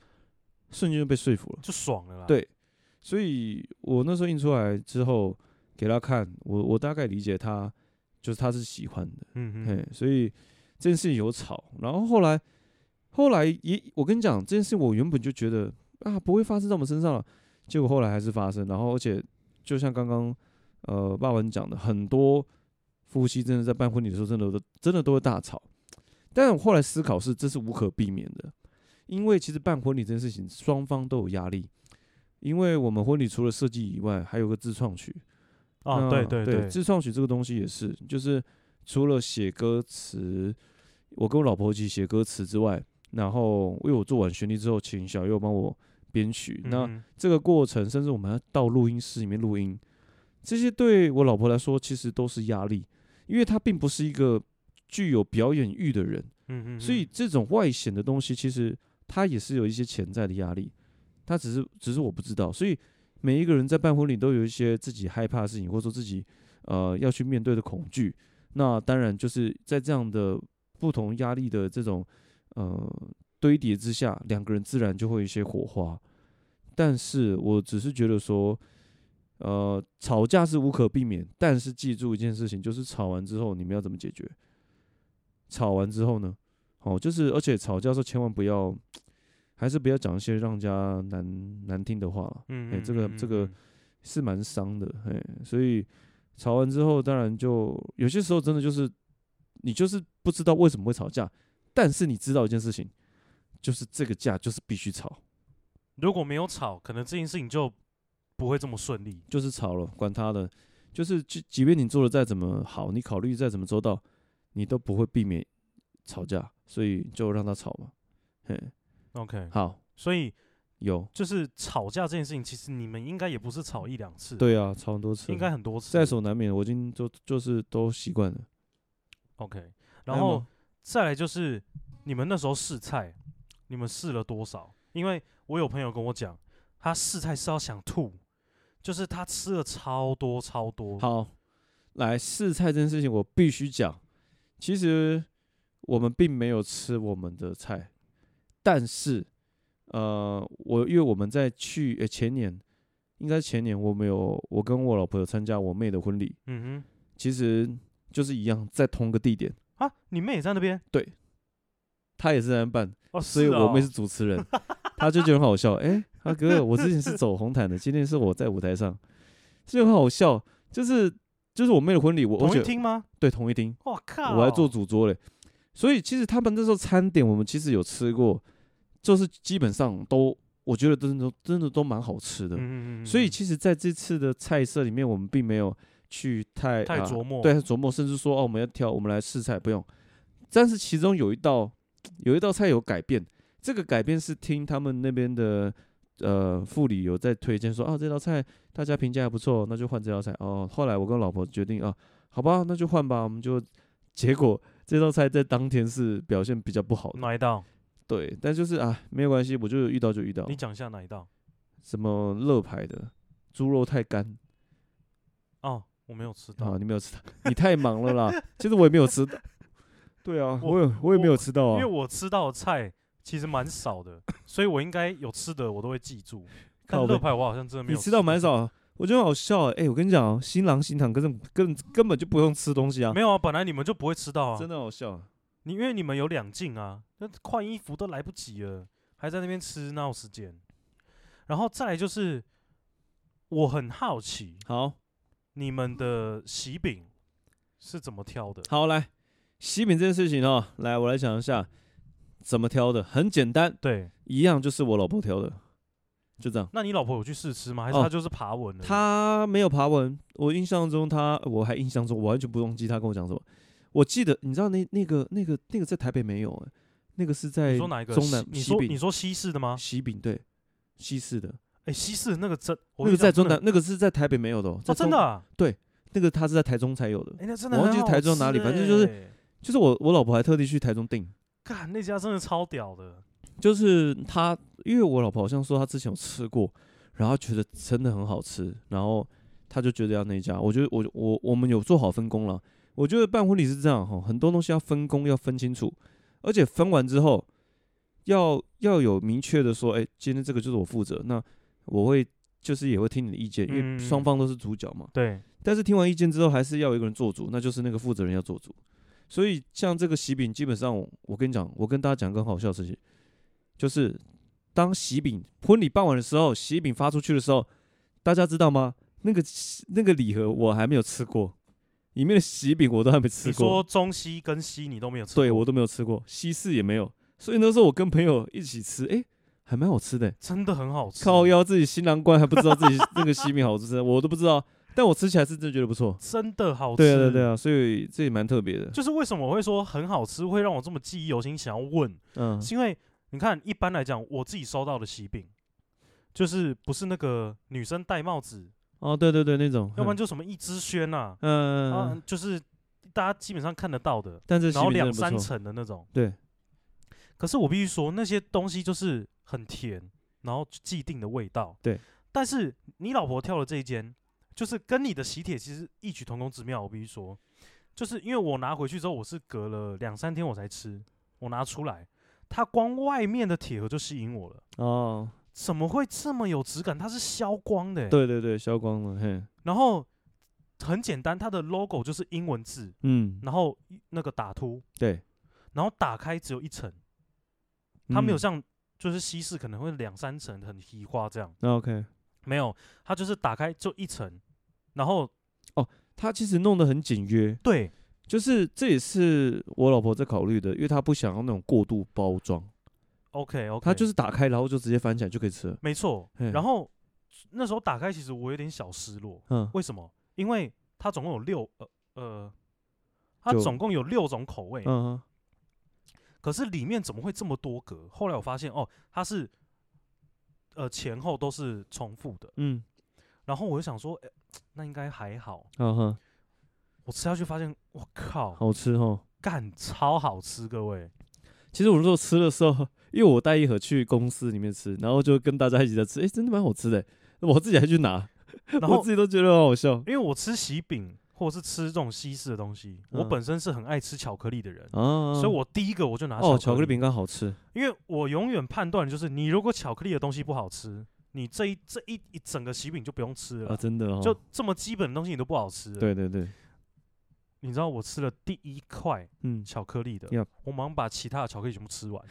瞬间就被说服了。
就爽了啦。
对所以我那时候印出来之后给他看，我我大概理解他就是他是喜欢的。
嗯嗯
嘿，所以这件事情有吵，然后后来后来也，我跟你讲，这件事我原本就觉得啊不会发生在我们身上了，结果后来还是发生，然后而且就像刚刚呃爸爸你讲的，很多夫妻真的在办婚礼的时候，真的都真的都会大吵，但我后来思考是这是无可避免的，因为其实办婚礼这件事情双方都有压力。因为我们婚礼除了设计以外，还有个自创曲，
啊，对
那
对
嗯对自创曲这个东西也是，就是除了写歌词，我跟我老婆一起写歌词之外，然后因为我做完旋律之后，请小右帮我编曲。那
嗯
这个过程，甚至我们要到录音室里面录音，这些对我老婆来说其实都是压力，因为她并不是一个具有表演欲的人，
嗯嗯，
所以这种外显的东西，其实它也是有一些潜在的压力，它只是只是我不知道，所以每一个人在办婚礼都有一些自己害怕的事情，或者说自己呃要去面对的恐惧。那当然就是在这样的不同压力的这种呃堆叠之下，两个人自然就会有一些火花。但是我只是觉得说，呃，吵架是无可避免，但是记住一件事情，就是吵完之后你们要怎么解决。吵完之后呢，哦，就是而且吵架的时候千万不要，还是不要讲一些让人家难难听的话了，
嗯
哎
嗯
这个
嗯
这个
嗯
是蛮伤的。哎，所以吵完之后，当然就有些时候真的就是你就是不知道为什么会吵架，但是你知道一件事情，就是这个架就是必须吵，
如果没有吵，可能这件事情就不会这么顺利。
就是吵了，管他的，就是即即便你做的再怎么好，你考虑再怎么周到，你都不会避免吵架，所以就让他吵嘛。嘿，
OK，
好，
所以
有。
就是吵架这件事情，其实你们应该也不是吵一两次，，
对啊，吵很多次，
应该很多次。
在所难免，我已经就就是都习惯了。
OK，
还
然
有
后
吗
再来就是你们那时候试菜，你们试了多少？因为我有朋友跟我讲，他试菜是要想吐，就是他吃了超多超多。，
好，来试菜这件事情，我必须讲，其实我们并没有吃我们的菜，但是呃，我因为我们在去呃前年，应该是前年我们有我跟我老婆有参加我妹的婚礼，
嗯
其实就是一样在同个地点，
哼，啊，你妹也在那边
她也是在那办，
哦，
所以
是
我妹
哦
是主持
[LAUGHS]
人，她就觉得很好笑。哎、她哥，我之前是走红毯的，今天是我在舞台上，就很好笑。就是就是我妹的婚礼，我我
同
觉
一
得
厅哦吗？
对同一厅，
我靠，
我还做主桌嘞。所以其实他们那时候餐点，我们其实有吃过，就是基本上都我觉得真的都真的都蛮好吃的。
嗯嗯嗯嗯
所以
嗯
其实在这次的菜色里面，我们并没有去太
太
啊
琢磨
对琢磨，甚至说哦我们要挑，我们来试菜，不用。但是其中有一道有一道菜有改变，这个改变是听他们那边的呃副理有在推荐说啊这道菜大家评价还不错，那就换这道菜哦。后来我跟老婆决定啊，好吧，那就换吧，我们就结果这道菜在当天是表现比较不好的，
哪一道？
对，但就是啊没有关系，我就遇到就遇到
你，讲一下哪一道？
什么乐牌的猪肉太干。
哦，我没有吃到。
[LAUGHS] 啊，你没有吃到，你太忙了啦。其实我也没有吃到，对啊，
我
我有我也没有吃到
因
啊 [LAUGHS]
为。我吃到的菜其实蛮少的，所以我应该有吃的我都会记住。但
靠
乐
背
牌我好像真的没
你
有，
吃到蛮，少，我觉得很好笑哎、欸我跟你讲哦，新郎新娘根本根根本就不用吃东西啊，
没有啊，本来你们就不会吃到啊
真，的好笑。
你因为你们有两进啊，那换衣服都来不及了，还在那边吃，哪有时间？然后再来就是，我很好奇
好
你们的喜饼是怎么挑的？
好来，喜饼这件事情哦，来我来讲一下怎么挑的，很简单，
对，
一样就是我老婆挑的，就这样。
那你老婆有去试吃吗？还是
哦
她就是爬文了？
她没有爬文，我印象中她，我还印象中，我完全不忘记她跟我讲什么。我记得，你知道那那个那个那个在台北没有、欸，那个是在
你说哪一个？
中南
西你
西
说你
饼，
说西式的吗？
西饼对，西式的
哎，西式的那个真，
那
我跟
个
你
在
讲
中南，，那个是在台北没有的、哦，在
真
中
的哦真的啊，
那个他是在台中才有的，
哎，那真的
我忘
很
记
好
台中哪里
吃
反正就是
欸，
就是我我老婆还特地去台中订，
干那家真的超屌的，
就是她因为我老婆好像说她之前有吃过，然后觉得真的很好吃，然后她就觉得要那一家，我觉得我我我们有做好分工了，我觉得办婚礼是这样哈，很多东西要分工要分清楚，而且分完之后要要有明确的说，哎、今天这个就是我负责，那我会就是也会听你的意见，因为
嗯
双方都是主角嘛，
对，
但是听完意见之后，还是要有一个人做主，那就是那个负责人要做主。所以像这个喜饼，基本上我我跟你讲，我跟大家讲个很好笑的事情，就是当喜饼婚礼办完的时候，喜饼发出去的时候，大家知道吗？那个喜那个礼盒我还没有吃过，里面的喜饼我都还没吃
你说
过，
中西跟西你都没有吃过，
对我都没有吃过，西式也没有。所以那时候我跟朋友一起吃，诶，还蛮好吃的、欸
真的很好吃，
靠腰自己新郎官还不知道自己那个喜饼好吃，我都不知道，但我吃起来是真的觉得不错。
真的好吃。
对啊，对啊对啊，所以这也蛮特别的。
就是为什么我会说很好吃，会让我这么记忆犹新，想要问，
嗯，
是因为你看，一般来讲，我自己收到的喜饼，就是不是那个女生戴帽子，
哦，对对对，那种，
要不然
就
就什么一支轩呐、
嗯，嗯
啊
嗯，
就是大家基本上看得到的，
但这
然后
西饼真
两
的不
三
错，
层的那种。
对，
可是我必须说，那些东西就是很甜，然后既定的味道。
对，
但是你老婆跳的这一间，就是跟你的喜帖其实异曲同工之妙。我必须说，就是因为我拿回去之后，我是隔了两三天我才吃，我拿出来，它光外面的铁盒就吸引我了。
哦，
怎么会这么有质感？它是消光的、欸，
对对对，消光了，嘿，
然后很简单，它的 logo 就是英文字，
嗯，
然后一那个打凸，
对，
然后打开只有一层，它没有
嗯，
像就是西式可能会两三层很提花这样，
那嗯 OK，
没有，它就是打开就一层，然后
他其实弄得很简约，
对
就是这也是我老婆在考虑的，因为她不想要那种过度包装，
，OK OK，
她就是打开然后就直接翻起来就可以吃了，
没错。
嘿
然后那时候打开，其实我有点小失落，
嗯，
为什么？因为它总共有六呃呃，它
就
总共有六种口味，
嗯嗯，
可是里面怎么会这么多格？后来我发现哦，它是呃前后都是重复的，
嗯，
然后我就想说，诶那应该还好。
嗯哼，
我吃下去发现，我靠，
好吃哦。
干超好吃，各
[LAUGHS]
位。
其实我那时候吃的时候，因为我带一盒去公司里面吃，然后就跟大家一起在吃，诶，真的蛮好吃的，我自己还去拿，
然
我
后
自己都觉得很好笑
因为我吃喜饼或者是吃这种西式的东西，我
嗯
本身是很爱吃巧克力的人，
啊，
所以我第一个我就拿
哦，巧克力，饼干好吃，
因为我永远判断就是你如果巧克力的东西不好吃，你这一这一一整个喜饼就不用吃了，
啊，真的哦，
就这么基本的东西你都不好吃了。，
对对对，
你知道我吃了第一块 [LAUGHS]
嗯，
巧克力的
Yup
我马上把其他的巧克力全部吃完，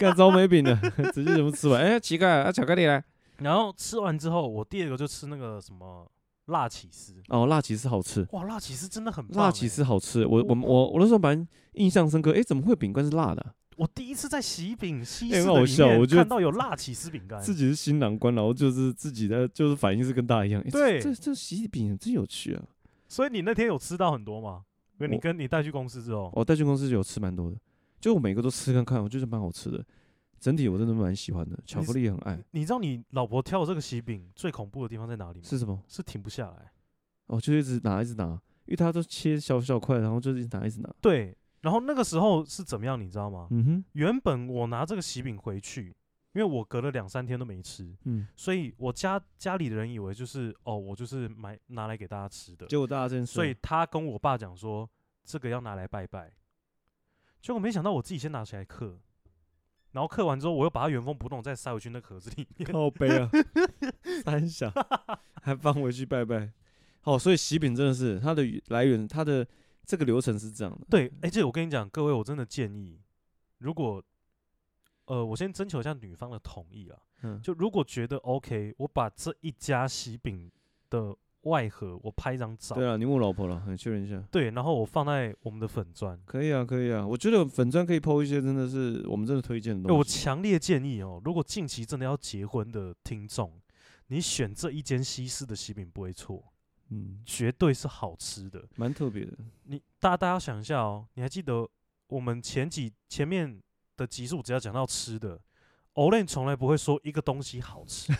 干糟霉饼的， [LAUGHS] 直接全部吃完。哎，乞丐啊，巧克力来。
然后吃完之后，我第二个就吃那个什么辣起司，
哦，辣起司好吃，
哇，辣起司真的很棒、
辣起
欸，
司好吃。我我我我那时候蛮印象深刻，哎，怎么会饼干是辣的啊
我第一次在喜饼西
欸
式
很好
的里
笑
面
我觉得
看到有辣起司饼干
啊？，自己是新郎官，然后就是自己的就是反应是跟大家一样。哎这
对
这这喜饼真有趣啊！
所以你那天有吃到很多吗？因为你
我
跟你带去公司之后，
我带去哦公司有吃蛮多的，就我每个都吃看看，我觉得蛮好吃的。整体我真的蛮喜欢的，巧克力也很爱。
你知道你老婆挑的这个喜饼最恐怖的地方在哪里吗？
是什么？
是停不下来。
哦，就一直拿一直拿，因为它都切小小块，然后就一直拿一直拿。
对，然后那个时候是怎么样，你知道吗？
嗯哼，
原本我拿这个喜饼回去，因为我隔了两三天都没吃，
嗯，
所以我家家里的人以为就是哦，我就是买拿来给大家吃的，
结果大家真是，
所以他跟我爸讲说这个要拿来拜拜，结果没想到我自己先拿起来嗑，然后刻完之后，我又把它原封不动再塞回去那壳子里面。 [LAUGHS]
靠背 [LAUGHS] 啊，三小还放回去拜拜。好，所以喜饼真的是它的来源，它的这个流程是这样的。
对，而且我跟你讲，各位，我真的建议，如果呃，我先征求一下女方的同意啊。
嗯，
就如果觉得 OK，我把这一家喜饼的外盒我拍一张照，
对啊，你问我老婆了，你确认一下。
对然后我放在我们的粉砖。
可以啊，可以啊，我觉得粉砖可以剖一些，真的是我们真的推荐的
欸
东
我
西。
强烈建议哦，如果近期真的要结婚的听众，你选这一间西式的喜饼不会错，
嗯，
绝对是好吃的。
蛮特别的。
你大家大家想一下哦，你还记得我们前几前面的集数只要讲到吃的，Olen 从来不会说一个东西好
[LAUGHS]
吃，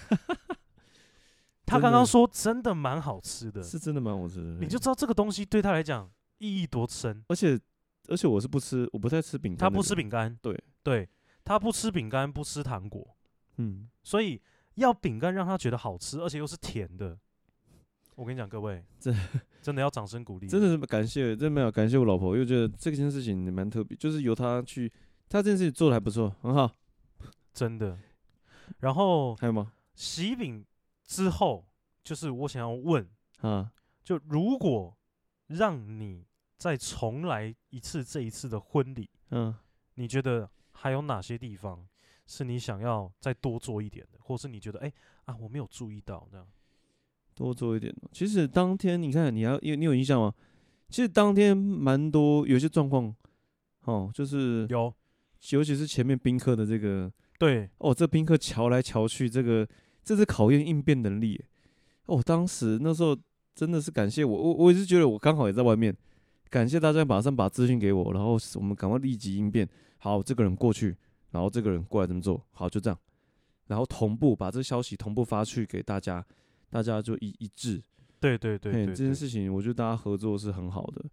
他
真
刚
的
刚说真的蛮好吃的，
是真的蛮好吃的。
你就知道这个东西对他来讲意义多深。
而且而且我是不吃，我不太吃饼干的
他
人。
不吃饼干，
对
对，他不吃饼干，不吃糖果，
嗯，
所以要饼干让他觉得好吃，而且又是甜的。我跟你讲，
[LAUGHS]
各位，
这
真的要掌声鼓励，
真的是感谢，真的没有感谢我老婆，又觉得这件事情蛮特别，就是由她去，她这件事情做的还不错，很好。
真的。然后
还有吗？
喜饼之后，就是我想要问，
啊，
就如果让你再重来一次这一次的婚礼，
嗯，
你觉得还有哪些地方是你想要再多做一点的，或是你觉得哎、啊我没有注意到这样？
多做一点哦。其实当天你看，你要你你有印象吗？其实当天蛮多有些状况，哦，就是
有
尤其是前面宾客的这个，
对，
哦，这宾客瞧来瞧去，这个这是考验应变能力耶。哦，当时那时候真的是感谢我，我我也是觉得我刚好也在外面，感谢大家马上把资讯给我，然后我们赶快立即应变。好，这个人过去，然后这个人过来怎么做？好，就这样，然后同步把这消息同步发去给大家，大家就一一致。
对对对
嘿
对，
这件
对
事情，我觉得大家合作是很好的。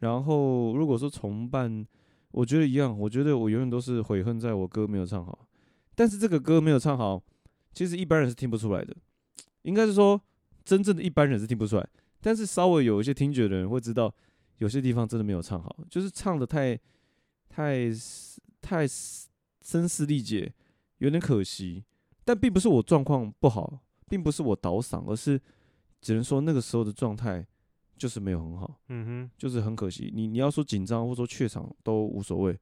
然后如果说重办，我觉得一样，我觉得我永远都是悔恨在我歌没有唱好，但是这个歌没有唱好，其实一般人是听不出来的，应该是说真正的一般人是听不出来，但是稍微有一些听觉的人会知道，有些地方真的没有唱好，就是唱的太太太声嘶力竭，有点可惜。但并不是我状况不好，并不是我倒嗓，而是只能说那个时候的状态就是没有很好，
嗯
就是很可惜。你你要说紧张或者说怯场都无所谓，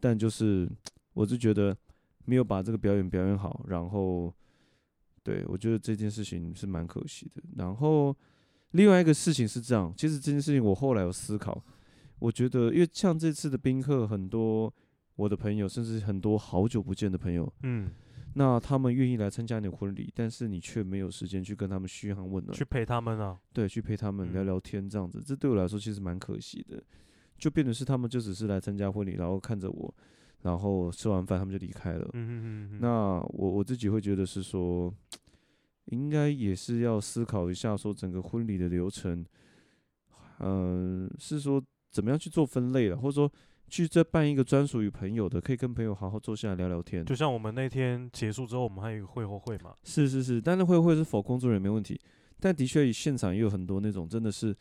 但就是我是觉得没有把这个表演表演好，然后对我觉得这件事情是蛮可惜的。然后另外一个事情是这样，其实这件事情我后来有思考，我觉得因为像这次的宾客很多。我的朋友，甚至很多好久不见的朋友，
哼，嗯，
那他们愿意来参加你的婚礼，但是你却没有时间去跟他们嘘寒问暖，
去陪他们啊，
对，去陪他们聊
嗯
聊天这样子，这对我来说其实蛮可惜的，就变得是他们就只是来参加婚礼，然后看着我，然后吃完饭他们就离开了。
嗯嗯嗯，
那我我自己会觉得是说，应该也是要思考一下，说整个婚礼的流程，嗯、是说怎么样去做分类了，或者说去再办一个专属于朋友的，可以跟朋友好好坐下来聊聊天。
就像我们那天结束之后，我们还有一个会后会嘛，
是是是，但是会会是否工作人员没问题，但的确现场也有很多那种真的是，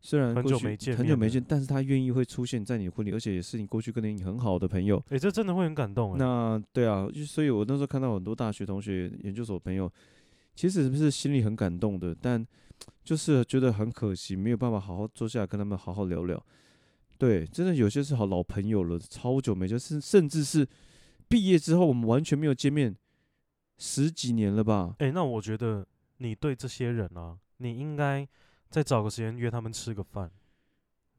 虽然
很
过
久
去
没见
很久
面
没
的
见，但是他愿意会出现在你的婚礼，而且也是你过去跟你很好的朋友。
哎、这真的会很感动哎、
那对啊，就所以我那时候看到很多大学同学、研究所朋友，其实是心里很感动的，但就是觉得很可惜，没有办法好好坐下来跟他们好好聊聊。对，真的有些是好老朋友了，超久没见，甚甚至是毕业之后我们完全没有见面，十几年了吧？
哎、那我觉得你对这些人啊，你应该再找个时间约他们吃个饭，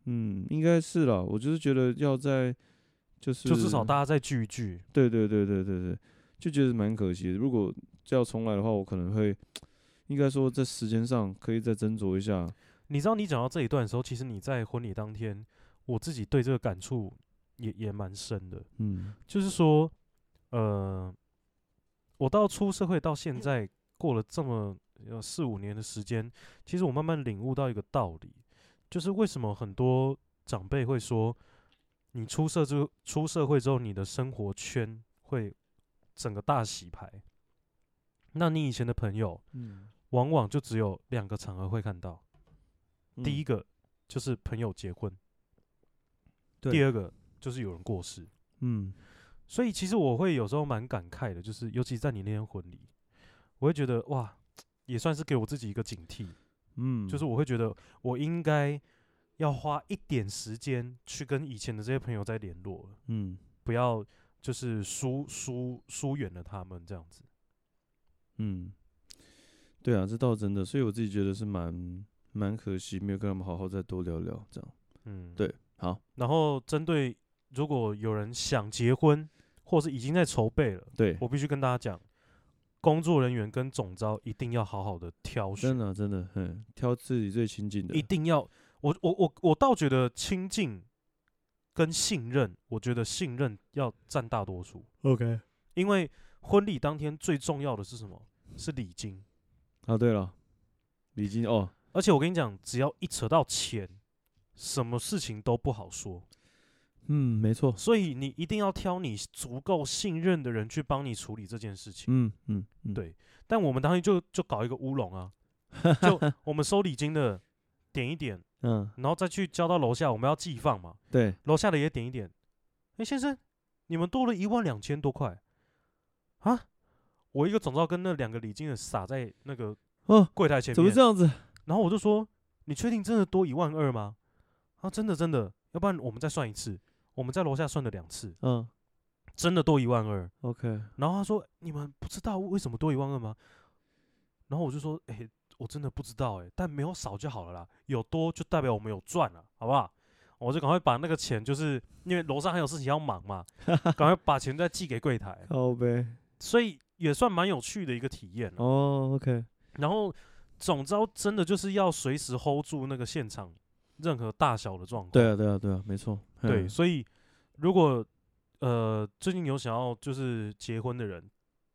嗯，应该是啦。我就是觉得要在，就是
就至少大家再聚一聚。
对对对对对对，就觉得蛮可惜的。如果要重来的话，我可能会，应该说在时间上可以再斟酌一下。
你知道，你讲到这一段的时候，其实你在婚礼当天，我自己对这个感触也也蛮深的。
嗯
就是说，呃，我到出社会到现在，过了这么呃四五年的时间，其实我慢慢领悟到一个道理，就是为什么很多长辈会说，你出社之后出社会之后，你的生活圈会整个大洗牌。那你以前的朋友，
嗯，
往往就只有两个场合会看到，
嗯
第一个就是朋友结婚，
对
第二个就是有人过世。
嗯，
所以其实我会有时候蛮感慨的，就是尤其在你那天婚礼，我会觉得哇，也算是给我自己一个警惕，
嗯，
就是我会觉得我应该要花一点时间去跟以前的这些朋友再联络了，
嗯
不要就是疏疏疏远了他们这样子。
嗯，对啊，这倒真的，所以我自己觉得是蛮蛮可惜，没有跟他们好好再多聊聊这样。
嗯，
对，好，
然后针对如果有人想结婚，或是已经在筹备了，
对，
我必须跟大家讲，工作人员跟总招一定要好好的挑
真
选，
的啊、真的，嗯，挑自己最亲近的
一，定要。我我我我倒觉得亲近跟信任，我觉得信任要占大多数。
OK。
因为婚礼当天最重要的是什么？是礼金。
啊，对了，礼金哦，
而且我跟你讲，只要一扯到钱，什么事情都不好说。
嗯，没错，
所以你一定要挑你足够信任的人去帮你处理这件事情。
嗯嗯嗯，
对但我们当天就就搞一个乌龙啊，就我们收礼金的点一点，
嗯，
然后再去交到楼下，我们要寄放嘛，
对，
楼下的也点一点。哎、先生，你们多了一万两千多块啊！我一个总照跟那两个礼金的撒在那个
哦，
柜台前面，
怎么这样子？
然后我就说：“你确定真的多一万二吗？”啊，真的真的，要不然我们再算一次。我们在楼下算了两次，
嗯
真的多一万二。
，OK，
然后他说：“你们不知道为什么多一万二吗？”然后我就说：“诶、我真的不知道诶、但没有少就好了啦，有多就代表我们有赚了，好不好？”我就赶快把那个钱，就是因为楼上还有事情要忙嘛，赶快把钱再寄给柜台，
好呗，
所以也算蛮有趣的一个体验了。
哦，OK，
然后总招真的就是要随时 hold 住那个现场任何大小的状况。
对啊，对啊，对啊，没错，
对
嗯
所以如果呃最近有想要就是结婚的人，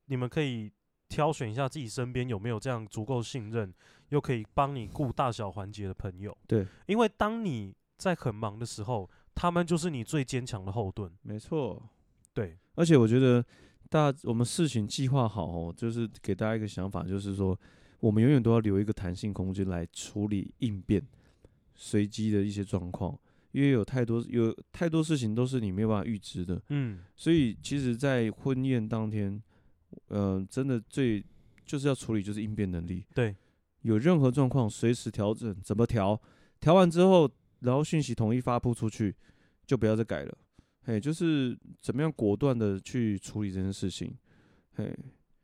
你们可以挑选一下自己身边有没有这样足够信任又可以帮你顾大小环节的朋友。
对，
因为当你在很忙的时候，他们就是你最坚强的后盾。
没错。
对，
而且我觉得大我们事情计划好哦，就是给大家一个想法，就是说我们永远都要留一个弹性空间来处理应变、随机的一些状况，因为有太多有太多事情都是你没有办法预知的。
嗯，
所以其实，在婚宴当天，呃，真的最就是要处理就是应变能力，
对，
有任何状况随时调整，怎么调，调完之后，然后讯息统一发布出去，就不要再改了。嘿，就是怎么样果断的去处理这件事情。嘿，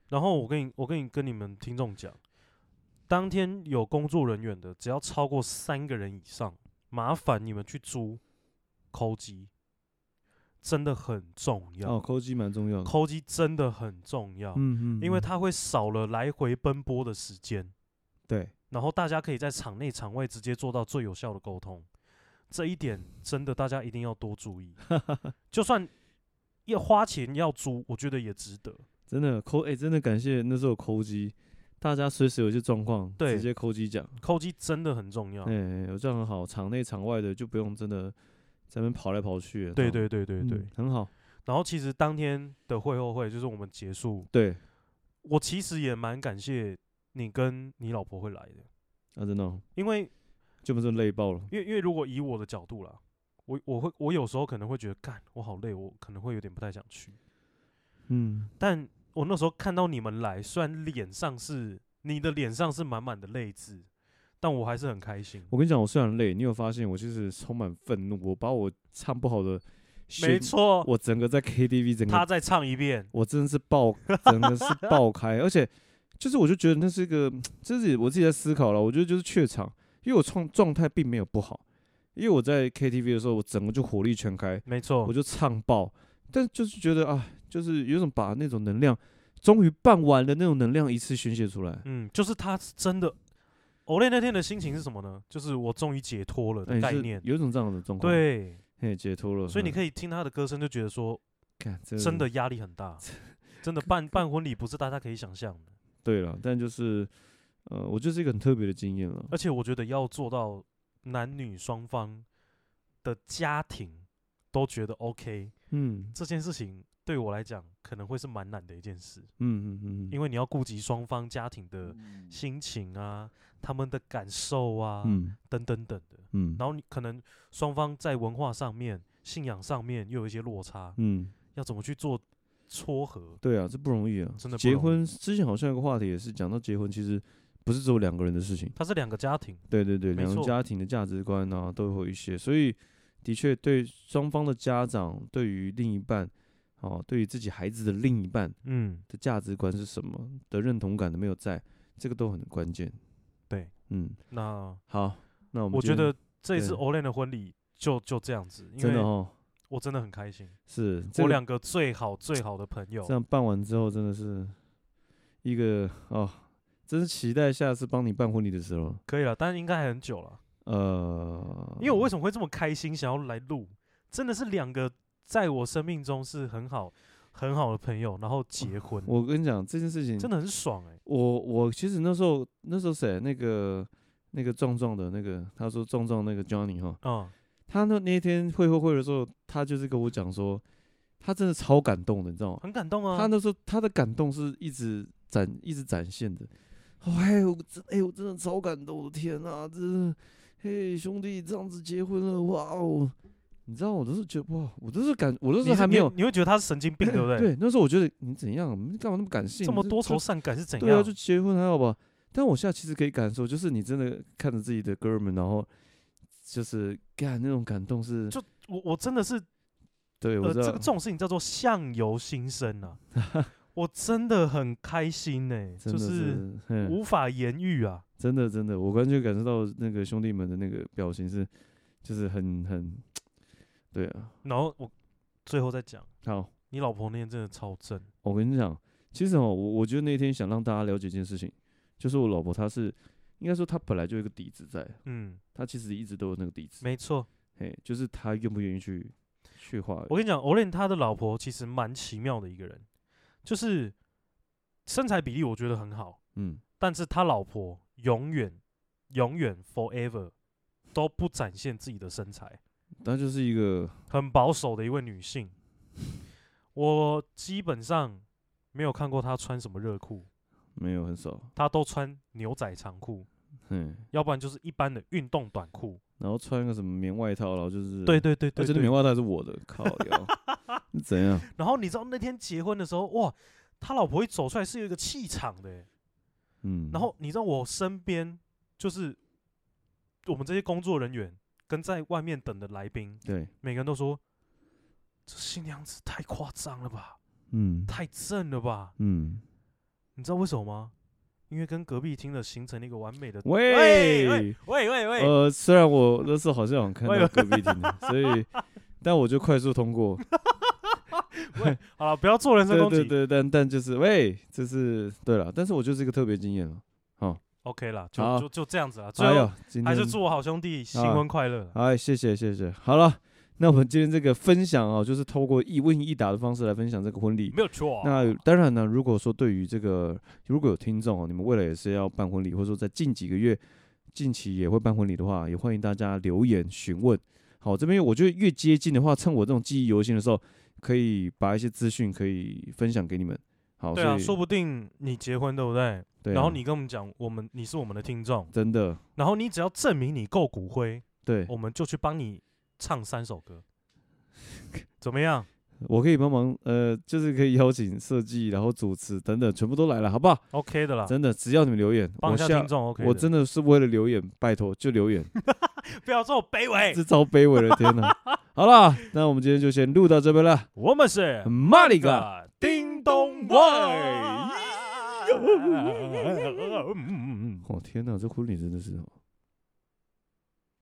然后我跟你，我跟你跟你们听众讲，当天有工作人员的，只要超过三个人以上，麻烦你们去租抠机，真的很重要。
哦，抠机蛮重要的。
抠机真的很重要，
嗯嗯，
因为
嗯
它会少了来回奔波的时间，
对，
然后大家可以在场内场外直接做到最有效的沟通。这一点真的大家一定要多
[LAUGHS]
注意，就算要花钱要租，我觉得也值得。
真的抠，哎、真的感谢那时候抠机，大家随时有一些状况，
对
直接抠机讲。
抠机真的很重要。
哎、有这样很好，场内场外的就不用真的在那边跑来跑去了。
对
这样，
对对对对。
嗯很好。
然后其实当天的会后会就是我们结束，
对，
我其实也蛮感谢你跟你老婆会来的，
啊，真的哦、
因为
就不是累爆了。
因为因为如果以我的角度啦，我我会我有时候可能会觉得干我好累，我可能会有点不太想去。
嗯，
但我那时候看到你们来，虽然脸上是你的脸上是满满的泪渍，但我还是很开心。
我跟你讲，我虽然累，你有发现我其实充满愤怒，我把我唱不好的，
没，错，
我整个在 KTV 整
他
个，
再唱一遍，
我真的是爆， [LAUGHS] 整个是爆开，而且就是我就觉得那是一个，这是我自己在思考了，我觉得就是怯场，因为我状状态并没有不好，因为我在 KTV 的时候，我整个就火力全开，
没错
我，就唱爆，但就是觉得啊，就是有种把那种能量。终于办完了，那种能量一次宣泄出来，
嗯，就是他是真的。o l a 那天的心情是什么呢？就是我终于解脱了的
哎
概
是
念。
有一种这样的状况，，
对，
嘿，解脱了。
所以你
嗯
可以听他的歌声，就觉得说
看，
真的压力
[LAUGHS]
很大，真的办办婚礼不是大家可以想象的。
对了，但就是呃，我就是一个很特别的经验了。
而且我觉得要做到男女双方的家庭都觉得 OK
嗯
这件事情，对我来讲可能会是蛮难的一件事，
嗯嗯嗯，
因
为
为你要顾及双方家庭的心情啊、他们的感受啊、
嗯
等等等的。
嗯，
然后你可能双方在文化上面、信仰上面又有一些落差，
嗯
要怎么去做撮合？
对啊，这不容易啊，
真的不
结
容易
婚之前好像有个话题也是讲到结婚，其实不是只有两个人的事情。
它是两个家庭，
对对对，
没
两个
错
家庭的价值观啊，都会有一些，所以的确对双方的家长，对于另一半，哦，对于自己孩子的另一半
嗯，
的价值观是什么的认同感的没有在，这个都很关键。
对，
嗯，
那
好，那我们
我
今天
觉得这一次
对
Olen 的婚礼就就这样子，因
真的
为
哦，
我真的很开心，
是这
我
个
两个最好最好的朋友
这，样办完之后，真的是一个哦，真是期待下次帮你办婚礼的时候。
可以了，但是应该还很久了。
呃，
因为我为什么会这么开心，想要来录，真的是两个在我生命中是很好很好的朋友，然后结婚，
啊我跟你讲这件事情，
真的很爽哎、
我我其实那时候那时候谁那个那个壮壮的那个，他说壮壮那个 Johnny 哈，
嗯，
他那那一天会后会的时候，他就是跟我讲说，他真的超感动的，你知道吗？
很感动啊。
他那时候他的感动是一直展一直展现的。哦，哎，我真哎，我真的超感动，我的天哪、这是嘿兄弟这样子结婚了，哇哦！你知道我都是觉得哇，我都是感，我都
你
是还没有
你，你会觉得他是神经
[CLEARS THROAT]
病，对不对？
对，那时候我觉得你怎样，你干嘛那么感性？
这么
你
多愁善感是怎
对啊，
样
就？结婚还好吧。但我现在其实可以感受，就是你真的看着自己的哥们，然后就是干那种感动是，
就我我真的是
对我
呃，
知
这
道，
个这种事情叫做相由心
[LAUGHS]
生啊，我真的很开心呢、
真
就
的
是
是，嗯
无法言喻啊。
真的真的，我完全感受到那个兄弟们的那个表情是，就是很很，对啊，
然后我最后再讲，
好，
你老婆那天真的超正，
我跟你讲，其实哦，我我觉得那天想让大家了解一件事情，就是我老婆她是，应该说她本来就有一个底子在，
嗯，
她其实一直都有那个底子，
没错。
哎，就是她愿不愿意去去化，
我跟你讲，Olen 他的老婆其实蛮奇妙的一个人，就是身材比例我觉得很好，
嗯，
但是他老婆永远、永远、forever 都不展现自己的身材，
她就是一个
很保守的一位女性。我基本上没有看过她穿什么热裤，
没有很少。
她都穿牛仔长裤，
嗯，
要不然就是一般的运动短裤。
然后穿个什么棉外套，然后就是
对，对对
而
对
且
对
那棉外套是我的，
[LAUGHS]
靠腰，你怎样？
然后你知道那天结婚的时候，哇，他老婆一走出来是有一个气场的欸、
嗯，
然后你知道我身边就是我们这些工作人员跟在外面等的来宾，
对，
每个人都说这新娘子太夸张了吧，
嗯
太正了吧？
嗯，
你知道为什么吗？因为跟隔壁厅的形成了一个完美的喂
喂
喂，喂喂，
呃，虽然我那时候好像有看
喂
到隔壁厅的，所
[LAUGHS]
以，但我就快速通过，
好了，不要做人身
对
攻
对
击
对，但但就是喂，这是对了，但是我就是一个特别经验了。
，OK 啦，就
好
就就这样子啦。最
哎
后
呦，今
还是
天
祝我好兄弟新
啊
婚快乐啦。
哎，谢谢谢谢，好了，那我们今天这个分享啊，就是透过一问一答的方式来分享这个婚礼。
没有错啊，
那当然呢，如果说对于这个，如果有听众哦，你们未来也是要办婚礼，或者说在近几个月、近期也会办婚礼的话，也欢迎大家留言询问。好，这边我觉得越接近的话，趁我这种记忆犹新的时候，可以把一些资讯可以分享给你们。好，
对
所
啊，
以
说不定你结婚对不对？
对啊、
然后你跟我们讲，我们你是我们的听众，
真的
然后你只要证明你够骨灰，
对，
我们就去帮你唱三首 [LAUGHS] 歌，怎么样
我可以帮忙，呃，就是可以邀请设计，然后主持等等，全部都来了，好不好？
？OK 的啦，
真的，只要你们留言，
啊帮
我
一下
下
听。众 OK
我
的
真的是为了留言，拜托就留言。
不要这么卑微，
这超卑微的，天哪！好啦，那我们今天就先录到这边了。
我们是
马里嘎，
个叮咚 [LAUGHS] 嗯外。嗯
哦天哪，这婚礼真的是哦